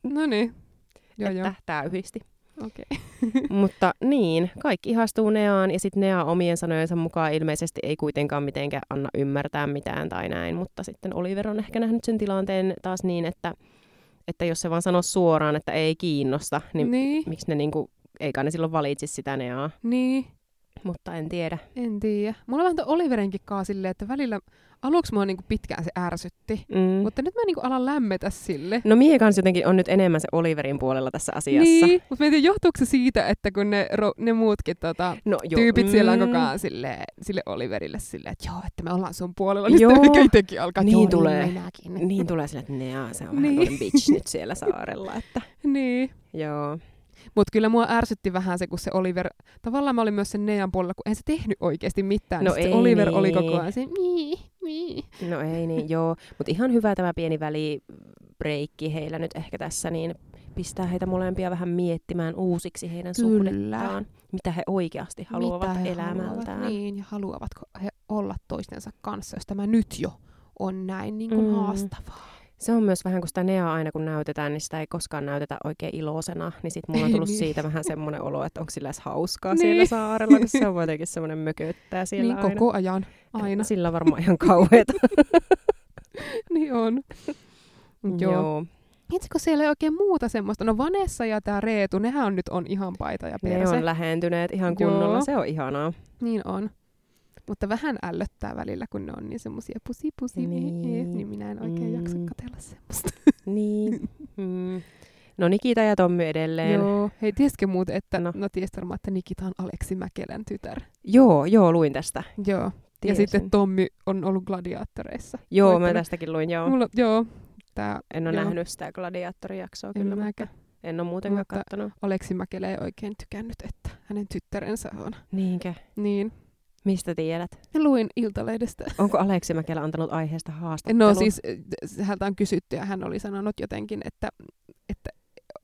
No niin. Joo, joo.
Tähtää yhdisti.
Okei.
Mutta niin, kaikki ihastuu Neaan ja sitten Nea omien sanojensa mukaan ilmeisesti ei kuitenkaan mitenkään anna ymmärtää mitään tai näin. Mutta sitten Oliver on ehkä nähnyt sen tilanteen taas niin, että, että jos se vaan sanoo suoraan, että ei kiinnosta, niin, niin.
Niin,
miksi ne niinku, eikä ne silloin valitsisi sitä Neaa.
niin.
Mutta en tiedä.
En tiedä. Mulla on vähän tuon Oliverinkin kaa silleen, että välillä aluksi mua niinku pitkään se ärsytti.
Mm.
Mutta nyt mä niinku alan lämmetä sille.
No mie kanssa jotenkin on nyt enemmän se Oliverin puolella tässä asiassa.
Niin, mutta mä en tiedä, johtuuko se siitä, että kun ne, ro- ne muutkin tota,
No, joo.
tyypit siellä on
Mm.
koko ajan sille, sille Oliverille silleen, että joo, että me ollaan sun puolella. Niin
Joo.
sitten ehkä itsekin alkaa,
Niin
joo,
tulee.
Niin minäkin.
Niin tulee sille, että Nea, se on
Niin.
vähän niin. bitch nyt siellä saarella. Että.
Niin.
Joo.
Mutta kyllä mua ärsytti vähän se, kun se Oliver, tavallaan mä olin myös sen Nean puolella, kun ei se tehnyt oikeasti mitään.
No
niin sit
ei
se Oliver
niin.
oli koko ajan se, mii, mii.
No ei niin, joo. Mutta ihan hyvä tämä pieni välibreikki heillä nyt ehkä tässä, niin pistää heitä molempia vähän miettimään uusiksi heidän
Kyllä.
suhdettaan. Mitä he oikeasti haluavat
Mitä he
elämältään.
Haluavat, niin, ja haluavatko he olla toistensa kanssa, jos tämä nyt jo on näin niin kuin
Mm.
mm. haastavaa.
Se on myös vähän, kun sitä Neaa aina kun näytetään, niin sitä ei koskaan näytetä oikein iloisena. Niin sitten mulla on
Ei
tullut
niin.
siitä vähän semmoinen olo, että onko sillä edes hauskaa
Niin.
niin. siellä saarella, kun se on jotenkin semmoinen mököttää siellä
niin
aina.
koko ajan, aina.
Sillä on varmaan ihan kauheeta.
niin on. Mut joo. joo. Itse kun siellä ei oikein muuta semmoista. No Vanessa ja tämä Reetu, nehän on nyt on ihan paita ja
Ne
perse.
on lähentyneet ihan kunnolla.
Joo.
Se on ihanaa.
Niin on. Mutta vähän ällöttää välillä, kun ne on niin semmoisia pusi pusi, niin. Eh,
Niin.
niin minä en oikein mm. jaksa
Mm.
katella semmoista.
Niin. Mm. No Nikita ja Tommy edelleen. Joo,
Joo. Hei, tiesitkö muuten, että, no,
No.
no tiesit varmaan, että Nikita on Aleksi Mäkelän tytär.
joo, joo luin tästä.
Joo. Ja
Tiesin.
sitten Tommi on ollut gladiaattoreissa.
Joo, mä
voittanut.
tästäkin luin, joo.
Mulla, joo. Tää
En ole
joo.
nähnyt sitä gladiaattorijaksoa
en
kyllä,
mäkä.
mutta en ole muutenkaan
Mutta-
kattonut.
Aleksi Mäkelä ei oikein tykännyt, että hänen tyttärensä on.
Niinkö?
Niin.
Mistä tiedät?
Ja luin Iltalehdestä.
Onko Aleksi Mäkelä antanut aiheesta haastattelun?
No siis äh, häntä on kysytty ja hän oli sanonut jotenkin, että, että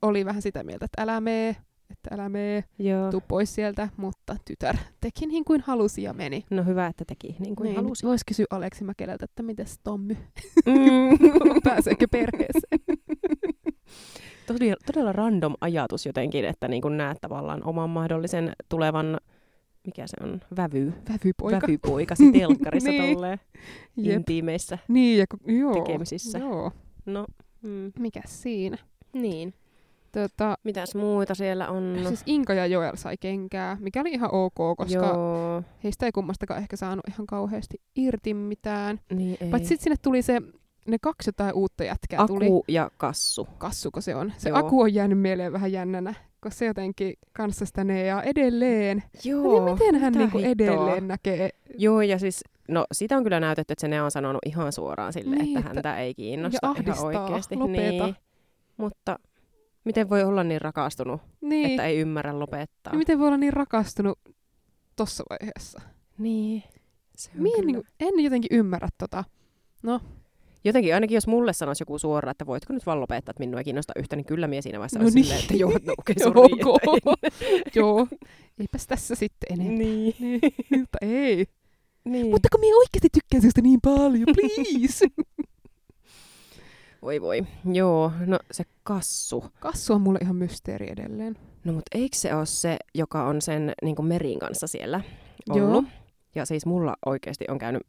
oli vähän sitä mieltä, että älä mene, että älä mee,
Joo.
tuu pois sieltä, mutta tytär teki niin kuin halusi ja meni.
No hyvä, että teki niin kuin
niin,
halusi.
Voisi kysyä Aleksi Mäkelältä, että mites Tommy,
Mm.
pääseekö perheeseen?
todella, todella random ajatus jotenkin, että niin kuin näet tavallaan oman mahdollisen tulevan, mikä se on, vävy,
Vävypoika.
vävypoikasi telkkarissa
Niin.
niin. tolleen
Jep.
intiimeissä
Niin, ja ku- joo.
tekemisissä.
Joo.
No, mm.
Mikäs siinä?
niin.
Tota,
Mitäs muita siellä on?
no. Siis Inka ja Joel sai kenkää, mikä oli ihan ok, koska joo.
Joo,
heistä ei kummastakaan ehkä saanut ihan kauheasti irti mitään.
niin ei.
Paitsi sitten sinne tuli se, ne kaksi jotain uutta jätkää
Aku
tuli.
ja Kassu.
Kassuko se on? Se
Joo.
Aku on jäänyt mieleen vähän jännänä, koska se jotenkin kanssastanee ja edelleen. Joo, niin miten hän
mitä
niinku
hittoa?
edelleen näkee?
Joo, ja siis, no sitä on kyllä näytetty, että se ne on sanonut ihan suoraan silleen,
Niin,
niin,
että-
että häntä ei kiinnosta
ja
ihan
ahdistaa,
oikeasti.
lopeta.
Niin. Mutta miten voi olla niin rakastunut,
Niin,
niin. että ei ymmärrä lopettaa?
niin miten voi olla niin rakastunut tossa vaiheessa?
Niin. Se on
Mie en,
kyllä.
niinku, en jotenkin ymmärrä tota.
Jotenkin ainakin jos mulle sanoisi joku suoraan, että voitko nyt vaan lopettaa, että minua ei kiinnosta yhtä, niin kyllä mie siinä vaiheessa
No
no
niin.
niin. silleen, että joo, no okei,
Joo,
sori.
ok.
että
Joo, eipäs tässä sitten
ei.
enää.
niin.
Niin. Mutta ei.
niin.
Mutta kun minä oikeasti tykkään sinusta niin paljon, please.
Voi voi. Joo, no se kassu.
Kassu on mulle ihan mysteeri edelleen.
No mutta eikö se ole se, joka on sen niin kuin merin kanssa siellä
Joo.
ollut? Joo. Ja siis mulla oikeasti on käynyt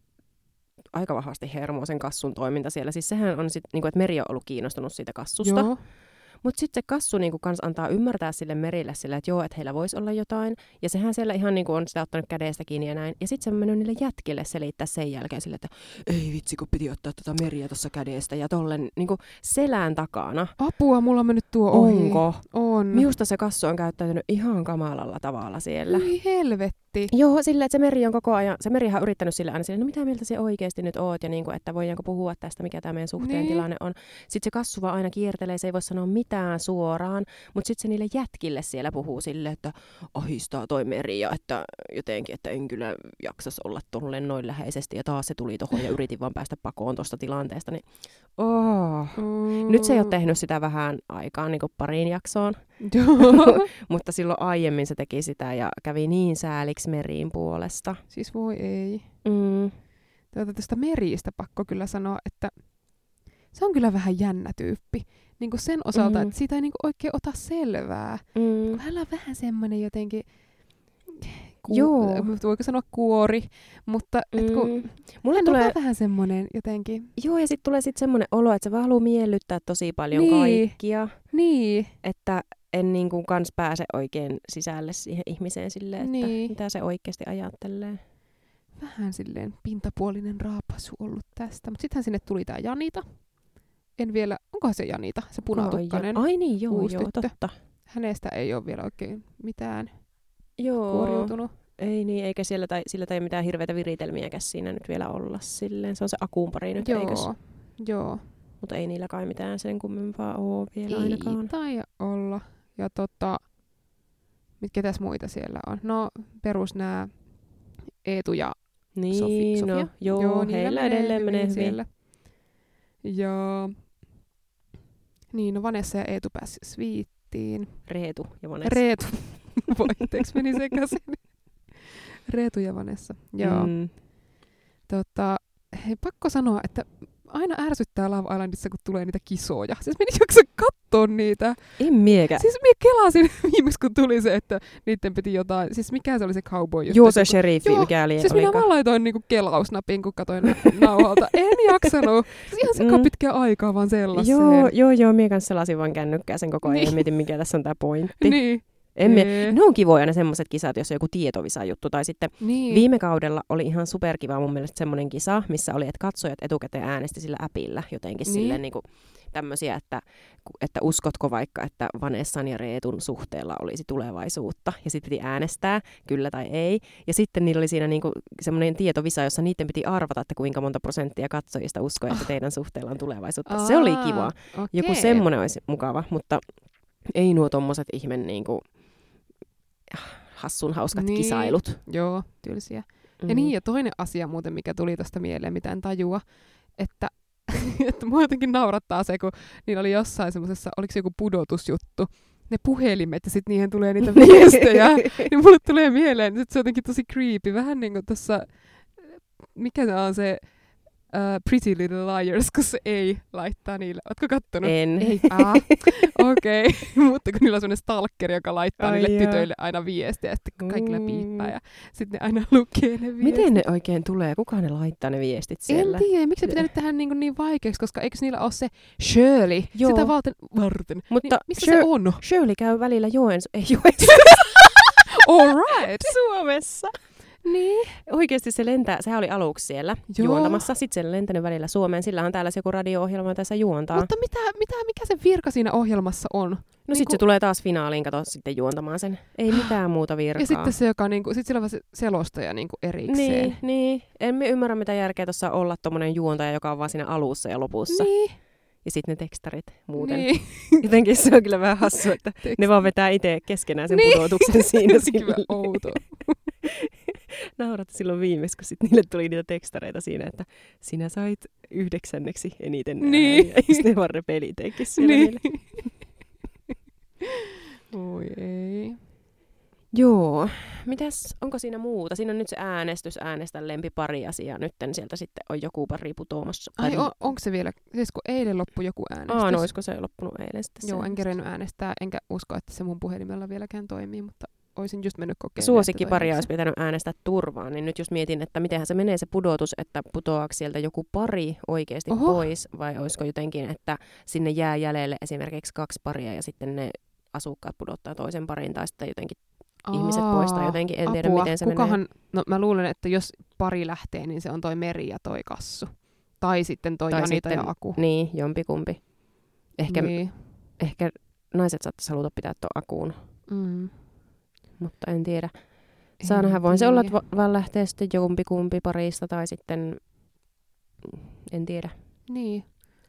aika vahvasti hermoa sen kassun toiminta siellä. Siis sehän on sit, niin kuin, että meri on ollut kiinnostunut siitä kassusta.
Joo.
Mutta sitten se kassu niinku kans antaa ymmärtää sille merille sillä, että joo, että heillä voisi olla jotain. Ja sehän siellä ihan niinku on sitä ottanut kädestä kiinni ja näin. Ja sitten se on mennyt niille jätkille selittää sen jälkeen sille, että ei vitsi, kun piti ottaa tota meriä tuossa kädestä ja tollen niinku selän takana.
Apua, mulla on mennyt tuo ohi.
Onko?
On.
Miusta se kassu on käyttäytynyt ihan kamalalla tavalla siellä.
Hyi helvetti.
Joo, silleen, että se meri on koko ajan, se merihan on yrittänyt sille aina silleen, no mitä mieltä se oikeasti nyt oot, ja niin kuin, että voidaanko puhua tästä, mikä tämä meidän suhteen
Niin.
niin. tilanne on. Sitten se kassu vaan aina kiertelee, se ei voi sanoa mitään suoraan, mutta sitten se niille jätkille siellä puhuu silleen, että ahistaa toi meri, ja että jotenkin, että en kyllä jaksas olla tolleen noin läheisesti, ja taas se tuli tuohon, ja yritin vaan päästä pakoon tuosta tilanteesta, niin oh.
Mm.
Nyt se ei ole tehnyt sitä vähän aikaa, niin kuin pariin jaksoon,
Joo.
mutta silloin aiemmin se teki sitä ja kävi niin sääliksi meriin puolesta.
siis voi ei.
Mm.
Tuota, tästä meristä pakko kyllä sanoa, että se on kyllä vähän jännä tyyppi. Niin kuin sen osalta,
Mhm.
että siitä ei niin kuin oikein ota selvää.
Mm.
Kun hänellä on vähän semmoinen jotenkin...
Joo.
Voiko sanoa kuori? Mutta et kun
Mm. Mulle
hän tulee...
tulee,
on vähän semmoinen jotenkin...
joo, ja sitten tulee sitten semmoinen olo, että se vaan haluaa miellyttää tosi paljon
Niin.
niin. kaikkia,
Niin.
että en niin kuin kans pääse oikein sisälle siihen ihmiseen silleen, että
Niin.
niin. mitä se oikeasti ajattelee.
vähän silleen pintapuolinen raapasu ollut tästä. Mutta sittenhän sinne tuli tämä Janita. En vielä, onkohan se Janita, se punatukkainen.
Ai niin, joo,
uusi
joo
tyttö.
totta.
Hänestä ei ole vielä oikein mitään
Joo,
kuoriutunut.
ei niin, eikä siellä tai, sillä tai mitään hirveitä viritelmiäkään siinä nyt vielä olla silleen. Se on se akuun pari nyt,
Joo,
eikös?
joo.
Mutta ei niillä kai mitään sen kummempaa ole vielä
Ei
ainakaan.
tai olla. Ja tota, mitkä tässä muita siellä on? No, perus nämä Eetu ja
Niin,
Sofi, Sofia.
no, joo, joo
niillä
heillä edelleen menee hyvin.
siellä. Ja niin, no Vanessa ja Eetu pääsi sviittiin.
Reetu ja Vanessa.
Reetu. Vaihteeksi meni sekaisin. Reetu ja Vanessa. Joo. Mm.
Mm.
Tota, hei, pakko sanoa, että aina ärsyttää Love Islandissa, kun tulee niitä kisoja. Siis mä en jaksa katsoa niitä.
En miekä.
Siis mä kelasin viimeksi, kun tuli se, että niiden piti jotain... Siis mikä se oli se cowboy juttu?
Joo, se
Kun-
sheriffi,
Joo,
mikä oli.
Siis minä vaan laitoin niinku kelausnapin, kun katsoin nauhalta. En jaksanut. Siis ihan sekaan
Mm.
pitkää aikaa vaan sellaiseen.
Joo, joo, joo, mie kanssa selasin vaan kännykkää sen koko ajan
Niin.
ja mietin, mikä tässä on tämä pointti.
Niin.
En mie...
Ee,
Ne on kivoja ne semmoiset kisat, jos on joku tietovisa juttu. Tai sitten
niin.
viime kaudella oli ihan superkiva mun mielestä semmoinen kisa, missä oli, että katsojat etukäteen äänesti sillä äpillä jotenkin
Niin.
niin. silleen niin kuin tämmöisiä, että, ku- että uskotko vaikka, että Vanessan ja Reetun suhteella olisi tulevaisuutta. Ja sitten piti äänestää, kyllä tai ei. Ja sitten niillä oli siinä niinku semmoinen tietovisa, jossa niiden piti arvata, että kuinka monta prosenttia katsojista uskoi, että teidän suhteella on tulevaisuutta. Se oli
Ah. Aa,
kiva.
Okei.
Joku semmoinen olisi mukava, mutta ei nuo tommoset ihme niinku, ah, hassun hauskat
Niin.
niin. kisailut. Mm.
Joo, tylsiä. Ja niin, ja toinen asia muuten, mikä tuli tuosta mieleen, mitä en tajua, että, että mua jotenkin naurattaa se, kun niillä oli jossain semmoisessa, oliko se joku pudotusjuttu, ne puhelimet ja sitten niihin tulee niitä viestejä, niin mulle tulee mieleen, että se on jotenkin tosi creepy. Vähän niin kuin tuossa, mikä se on se uh, Pretty Little Liars, kun se ei laittaa niille. Ootko kattonut?
En.
Ei. Ah, okei. Mutta kun niillä on sellainen stalkeri, joka laittaa
Ai
niille
joo.
tytöille aina viestejä, ja sitten kaikki ne
Mm.
piippaa ja sitten ne aina lukee ne viestit.
Miten ne oikein tulee? Kuka ne laittaa ne viestit siellä?
En tiedä, miksi se pitää nyt tehdä niin, niin vaikeaksi, koska eikö niillä ole se Shirley?
Joo.
Sitä valten, varten.
Mutta
niin, missä
Shir-
se on?
Shirley käy välillä Joensu... Ei Joensu.
All right.
Suomessa.
niin.
Oikeasti se lentää, sehän oli aluksi siellä
Joo.
Joo. juontamassa, sitten se on lentänyt välillä Suomeen, sillä on täällä se joku radio-ohjelma tässä juontaa.
Mutta mitä, mitä, mikä se virka siinä ohjelmassa on?
no
niinku-
sitten se tulee taas finaaliin, kato sitten juontamaan sen. Ei mitään muuta virkaa.
Ja sitten se, joka niinku, sit sillä on vaan se selostaja niinku erikseen.
niin, niin, en mä ymmärrä mitä järkeä tuossa olla tuommoinen juontaja, joka on vaan siinä alussa ja lopussa. Niin.
Niin,
Ja sitten ne tekstarit muuten. Niin.
Niin.
Jotenkin se on kyllä vähän hassu, että ne vaan vetää itse keskenään sen
Niin.
niin. pudotuksen siinä.
Jotenkin vähän outoa.
Naurat silloin viimeksi, kun sit niille tuli niitä tekstareita siinä, että sinä sait yhdeksänneksi eniten
Niin.
ääniä. Ja sitten ne vaan repeliteekin siellä
Niin.
niin.
Voi ei.
Joo. Mitäs, onko siinä muuta? Siinä on nyt se äänestys, äänestä lempipariasi ja nytten sieltä sitten on joku pari putoamassa.
Ai,
Tai-
on, onko se vielä? Siis kun eilen loppui joku äänestys.
Aa, no olisiko se loppunut eilen sitten se
Joo, en
äänestys?
kerennyt äänestää, enkä usko, että se mun puhelimella vieläkään toimii, mutta olisin just mennyt kokeilemaan. että
Suosikkiparia
toimiiko
olisi
se.
pitänyt äänestää turvaan, niin nyt jos mietin, että mitenhän se menee se pudotus, että putoaako sieltä joku pari oikeasti
Oho.
Oho. pois, vai olisiko jotenkin, että sinne jää jäljelle esimerkiksi kaksi paria ja sitten ne asukkaat pudottaa toisen parin tai sitten jotenkin ihmiset
Aa,
pois tai jotenkin, en tiedä
apua.
miten se
Kukahan,
menee.
No mä luulen, että jos pari lähtee, niin se on toi Meri ja toi Kassu. Tai sitten toi
Tai
Jani sitten, ja
sitten-
Aku.
Niin, jompikumpi. Ehkä, niin.
Niin.
ehkä naiset saattaisi haluta pitää tuon akuun,
Mm.
mutta en tiedä.
En
Saanahan voin se olla, että
tiedä.
va- vaan lähtee sitten jompikumpi parista tai sitten, en tiedä,
Niin.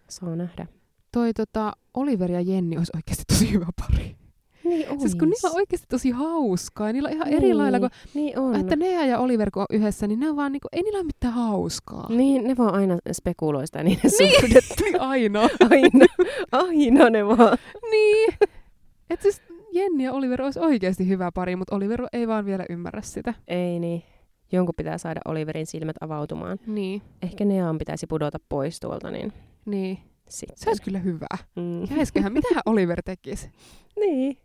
saa nähdä.
Toi tota, Oliver ja Jenni olisi oikeasti tosi hyvä pari.
Niin
Siis kun niillä on oikeasti tosi hauskaa ja niillä on ihan niin. eri
Niin,
lailla. Kun,
Niin on.
että Nea ja Oliver kun on yhdessä, niin ne on vaan niinku, ei niillä ole mitään hauskaa.
Niin, ne vaan aina spekuloi sitä niiden niin. suhdetta.
Niin aina.
Aina, aina ne vaan.
niin. Et siis Jenni ja Oliver olisi oikeasti hyvä pari, mutta Oliver ei vaan vielä ymmärrä sitä.
Ei niin. Jonkun pitää saada Oliverin silmät avautumaan.
Niin.
Ehkä Neaan pitäisi pudota pois tuolta, niin
Niin.
sitten.
Se olisi kyllä hyvä.
Mm.
Jäisköhän, mitähän Oliver tekisi?
Niin.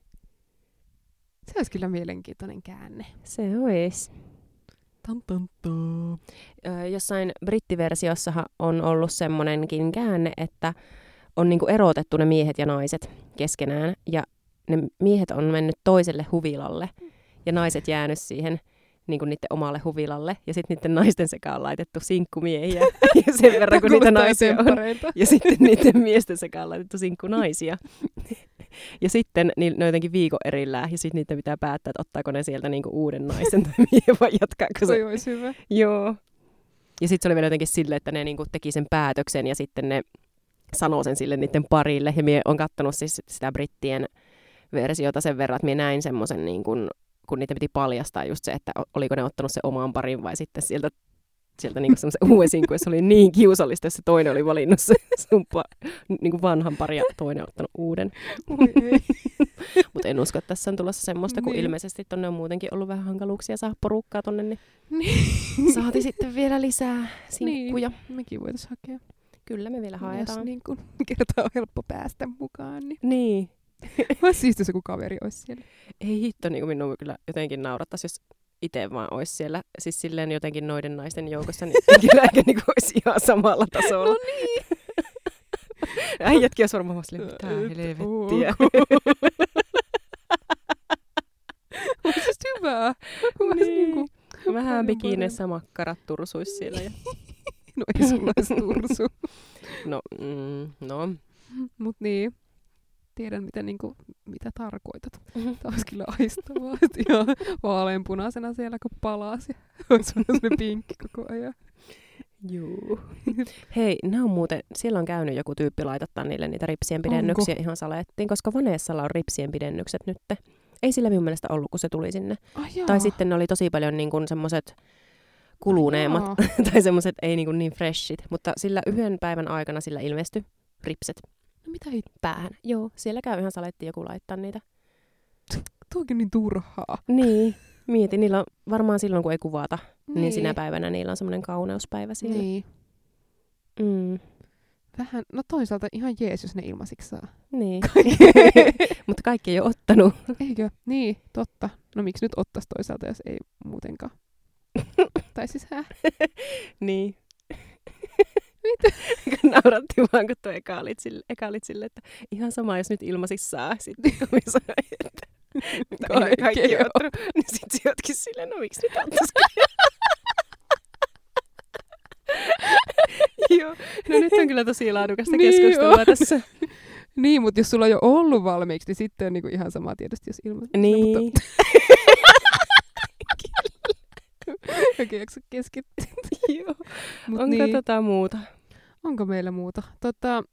Se olisi kyllä mielenkiintoinen käänne.
Se olisi.
Tan, tan, tan.
Ö, Jossain brittiversiossahan on ollut semmoinenkin käänne, että on niinku erotettu ne miehet ja naiset keskenään. Ja ne miehet on mennyt toiselle huvilalle ja naiset jäänyt siihen niinku niiden omalle huvilalle. Ja sitten niiden naisten sekaan on laitettu sinkkumiehiä ja sen verran kun niitä
Kuulostaa
naisia on.
temppareilta.
Ja sitten niiden miesten sekaan on laitettu sinkkunaisia. Ja sitten ni, ne on jotenkin viikon erillään ja sitten niiden pitää päättää, että ottaako ne sieltä niinku uuden naisen tai miehen vai jatkaako se
Toi olisi hyvä.
Joo. Ja sitten se oli vielä jotenkin silleen, että ne niinku teki sen päätöksen ja sitten ne sanoo sen sille niiden parille. Ja minä on kattonut siis sitä brittien versiota sen verran, että minä näin semmoisen, niin kun, kun niitä piti paljastaa just se, että o- oliko ne ottanut se omaan parin vai sitten sieltä sieltä niinku semmoisen uuden sinkun, se oli niin kiusallista, jos se toinen oli valinnut se sun pa- niinku vanhan pari ja toinen ottanut uuden.
Voi ei.
Mutta en usko, että tässä on tulossa semmoista, kun
Niin.
niin. ilmeisesti tonne on muutenkin ollut vähän hankaluuksia saada porukkaa tonne, niin
Niin.
Saati sitten vielä lisää sinkkuja. Niin.
Mekin voitaisiin hakea.
Kyllä me vielä
Jos
haetaan.
niin kun, kertaa on helppo päästä mukaan, niin
Niin.
olisi siistiä, jos joku kaveri olisi siellä.
Ei hitto, niin kuin minua kyllä jotenkin naurattaisi, jos itse vaan olisi siellä. Siis silleen jotenkin noiden naisten joukossa, niin en kyllä eikä niin olisi ihan samalla tasolla.
No niin.
Äijätkin olisi varmaan vaan silleen,
Ö,
mitä
Äh, et
helvettiä.
Olisi siis hyvää. Kun olisi
Niin.
niinku-
Vähän
Paljon
bikineissä makkarat tursuis siellä. Ja...
No ei sulla olisi tursu.
No, mm, no.
Mut niin. Tiedän, mitä, niinku, mitä tarkoitat. Tämä olisi kyllä aistavaa. että Ihan vaaleanpunaisena siellä, kun palaa se. Olisi sellainen pinkki koko ajan.
Juu. Hei, nämä on muuten, siellä on käynyt joku tyyppi laitattaa niille niitä ripsien pidennyksiä Onko? ihan salettiin, koska Vanessalla on ripsien pidennykset nyt. Ei sillä minun mielestä ollut, kun se tuli sinne.
Ai jaa.
Tai sitten ne oli tosi paljon niin kuin semmoiset kuluneemmat
Jaa.
tai semmoiset ei niin, kuin niin freshit, mutta sillä yhden päivän aikana sillä ilmestyi ripset
No mitä hit-
päähän. Joo, siellä käy ihan saletti joku laittaa niitä.
tuokin niin turhaa.
Niin, mieti, niillä on varmaan silloin, kun ei kuvata, niin, niin sinä
Niin.
päivänä niillä on semmoinen kauneuspäivä siellä.
Niin.
Mm,
Vähän, no toisaalta ihan jees, jos ne ilmaisiksi saa.
niin. Mutta kaikki ei ole ottanut.
Eikö? Niin, totta. No miksi nyt ottaisi toisaalta, jos ei muutenkaan? tai siis hä?
Niin. Mitä? Nauratti vaan, kun tuo eka olit sille, eka olit sille, että ihan sama, jos nyt ilmaisiksi saa. Sitten kun minä sanoin, että mitä ei ne
Kaikki
kaikki
ei
on ottanut, niin sitten se jotkin silleen, no miksi nyt ottaisi? Joo, no nyt on kyllä tosi laadukasta
Niin
keskustelua
on.
tässä.
Niin, mutta jos sulla on jo ollut valmiiksi, niin sitten on niinku ihan sama tietysti, jos ilman. No,
Niin.
mutta oikein jaksa keskittyä.
Joo.
Mut
Onko
niin,
tota muuta?
onko meillä muuta? Tota,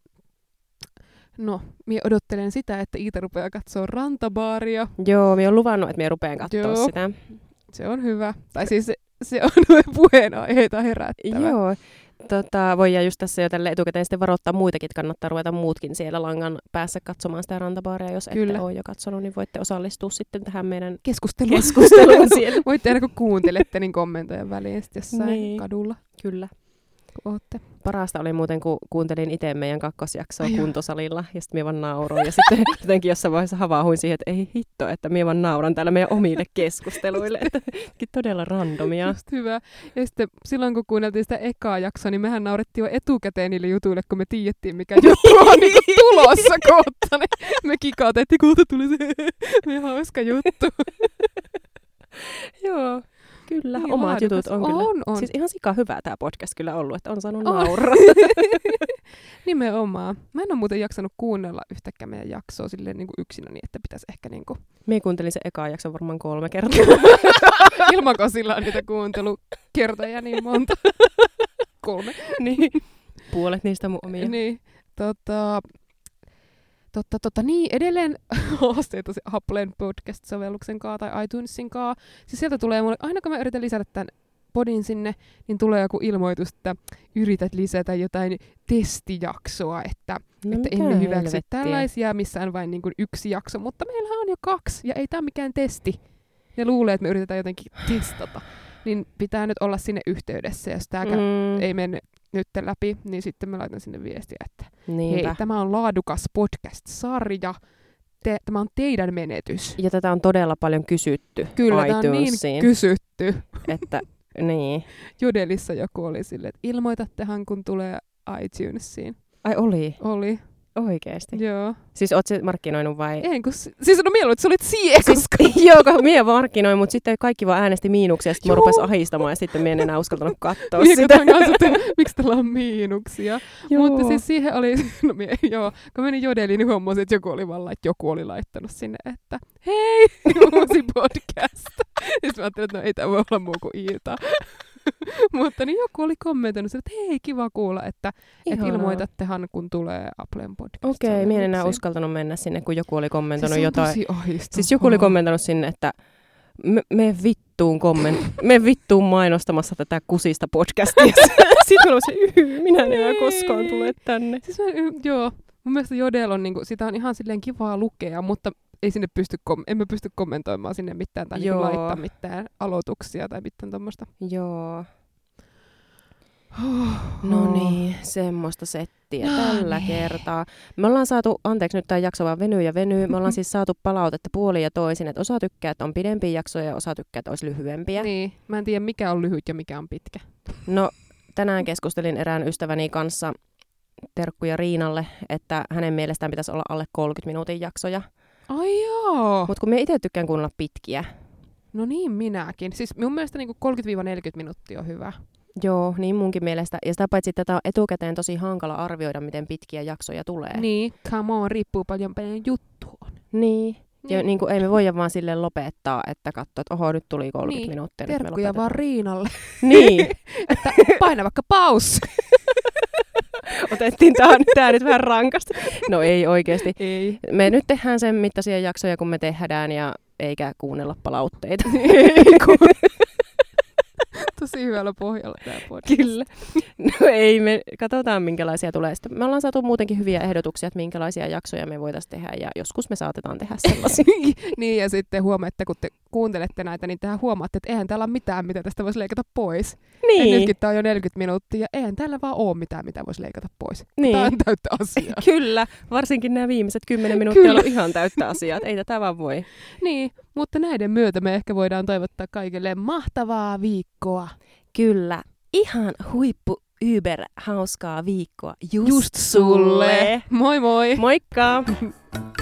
no, minä odottelen sitä, että Iita rupeaa katsoa rantabaaria.
Joo, minä olen luvannut, että minä rupean katsoa
Joo.
sitä.
Se on hyvä. Tai siis se, se on puheenaiheita herättävä.
Joo. Tota, voi ja just tässä jo tälle etukäteen sitten varoittaa muitakin, että kannattaa ruveta muutkin siellä langan päässä katsomaan sitä rantabaaria. Jos ette
Kyllä.
ole jo katsonut, niin voitte osallistua sitten tähän meidän
Keskustelu.
keskusteluun siellä.
Voitte aina kun kuuntelette, niin kommentoida väliin sitten jossain
Niin.
niin. kadulla,
Kyllä.
kun ootte.
Parasta oli muuten, kun kuuntelin itse meidän kakkosjaksoa
Ai joo.
kuntosalilla, ja sitten minä vaan nauroin, ja sitten jotenkin jossain vaiheessa havaahuin siihen, että ei hitto, että minä vaan nauran täällä meidän omille keskusteluille, että jotenkin todella randomia.
Just hyvä. Ja sitten silloin, kun kuunneltiin sitä ekaa jaksoa, niin mehän naurettiin jo etukäteen niille jutuille, kun me tiedettiin, mikä juttu on niin kuin tulossa kohta. Niin me kikautettiin, kulta tuli se me hauska juttu.
Joo, kyllä,
Niin,
omat jutut on
laadukas.
kyllä.
On, on.
Siis
Siis...
ihan sika hyvä tämä podcast kyllä ollut, että on saanut
On.
nauraa.
Nimenomaan. Mä en ole muuten jaksanut kuunnella yhtäkään meidän jaksoa silleen niin kuin yksinä niin, että pitäisi ehkä niin kuin,
Me kuuntelin sen ekaa jakson varmaan kolme kertaa.
ilman kun sillä on niitä kuuntelukertoja niin monta. Kolme.
niin. Puolet niistä mun omia. Niin.
Niin, tota, totta, totta, niin edelleen haasteita se Applen podcast-sovelluksen kaa tai iTunesin kaa. Siis sieltä tulee mulle, aina kun mä yritän lisätä tämän podin sinne, niin tulee joku ilmoitus, että yrität lisätä jotain testijaksoa, että,
No
että
mitä
emme hyväksy
helvettiä.
tällaisia, missä on vain niin kuin yksi jakso, mutta meillähän on jo kaksi, ja ei tämä mikään testi. Ne luulee, että me yritetään jotenkin testata. Niin pitää nyt olla sinne yhteydessä, jos tämä mm.
Mm,
ei mene nyt läpi, niin sitten mä laitan sinne viestiä, että Hei,
niinpä.
tämä on laadukas podcast-sarja. Te, tämä on teidän menetys.
ja tätä on todella paljon kysytty
Kyllä, tämä on niin
iTunesiin,
kysytty.
että niin.
Jodelissa joku oli silleen, että ilmoitattehan, kun tulee iTunesiin.
Ai oli,
Oli,
oikeesti.
joo.
Siis oot se markkinoinut vai?
En, kun, si- siis no mieluummin, että sä olit siellä,
Siis,
koska...
joo, kun mie markkinoin, mutta sitten kaikki vaan äänesti miinuksia, ja sitten Siis mä
Joo. Niin,
rupesin ahistamaan, ja sitten mie en enää uskaltanut katsoa
Mie
sitä.
katsoin kanssa, että miksi täällä on miinuksia.
Joo.
Mutta siis siihen oli, no mie, joo, kun menin Jodeliin, niin huomasin, että joku oli, vaan, lait- joku oli laittanut sinne, että hei, uusi podcast. Sitten mä ajattelin, että no ei tämä voi olla muu kuin Iita. Mutta niin joku oli kommentoinut, että hei, kiva kuulla, että et
Ihanaa.
ilmoitattehan, kun tulee Applen podcast.
Okei, mie en enää
sovelluksiin.
uskaltanut mennä sinne, kun joku oli kommentoinut
siis on
jotain.
Tosi ahistavaa.
Siis joku oli kommentoinut sinne, että me, me vittuun komment, me vittuun mainostamassa tätä kusista podcastia. Sitten mä se, minä en enää koskaan tule tänne.
Siis mä, y- joo, mun mielestä Jodel on, niinku, sitä on ihan silleen kivaa lukea, mutta ei sinne pysty, kom- emme pysty kommentoimaan sinne mitään tai niinku
Joo.
laittaa mitään aloituksia tai mitään tuommoista.
Joo. No niin, semmoista settiä
No
tällä
niin.
kertaa. Me ollaan saatu, anteeksi nyt tämä jakso vaan venyy ja venyy, me ollaan siis saatu palautetta puoli ja toisin, että osa tykkää, että on pidempiä jaksoja ja osa tykkää, että olisi lyhyempiä.
Niin, mä en tiedä mikä on lyhyt ja mikä on pitkä.
No, tänään keskustelin erään ystäväni kanssa, terkkuja Riinalle, että hänen mielestään pitäisi olla alle 30 minuutin jaksoja.
Ai joo!
Mutta kun me itse tykkään kuunnella pitkiä,
No niin minäkin. Siis mun mielestä niinku 30-40 minuuttia on hyvä.
joo, niin munkin mielestä. Ja sitä paitsi tätä on etukäteen tosi hankala arvioida, miten pitkiä jaksoja tulee.
Niin, come on, riippuu paljon paljon juttu on.
niin. Ja
Niin.
niin kuin, ei me voida vaan sille lopettaa, että katsoa, että oho, nyt tuli 30
Niin.
minuuttia. nyt me
Terkkuja vaan
lopetetaan.
Riinalle.
Niin,
Että paina vaikka paus.
otettiin tämä, tämä nyt vähän rankasti. No ei oikeasti.
Ei.
Me nyt tehdään sen mittaisia jaksoja, kun me tehdään ja eikä kuunnella palautteita.
Tosi hyvä syvällä pohjalla tämä podcast.
Kyllä. No ei, me katsotaan minkälaisia tulee. Sitten me ollaan saatu muutenkin hyviä ehdotuksia, että minkälaisia jaksoja me voitaisiin tehdä ja joskus me saatetaan tehdä sellaisia.
niin, ja sitten huomaatte, kun te kuuntelette näitä, niin tehän huomaatte, että eihän täällä ole mitään, mitä tästä voisi leikata pois.
Niin.
Ja nytkin tämä on jo 40 minuuttia, ja eihän täällä vaan ole mitään, mitä voisi leikata pois.
niin.
Tämä on täyttä asiaa.
Kyllä, varsinkin nämä viimeiset kymmenen minuuttia on
Kyllä.
ollut ihan täyttä asiaa. että Ei tätä vaan voi.
niin, mutta näiden myötä me ehkä voidaan toivottaa kaikille mahtavaa viikkoa.
Kyllä, ihan huippu yber hauskaa viikkoa
Just sulle. Moi moi!
Moikka!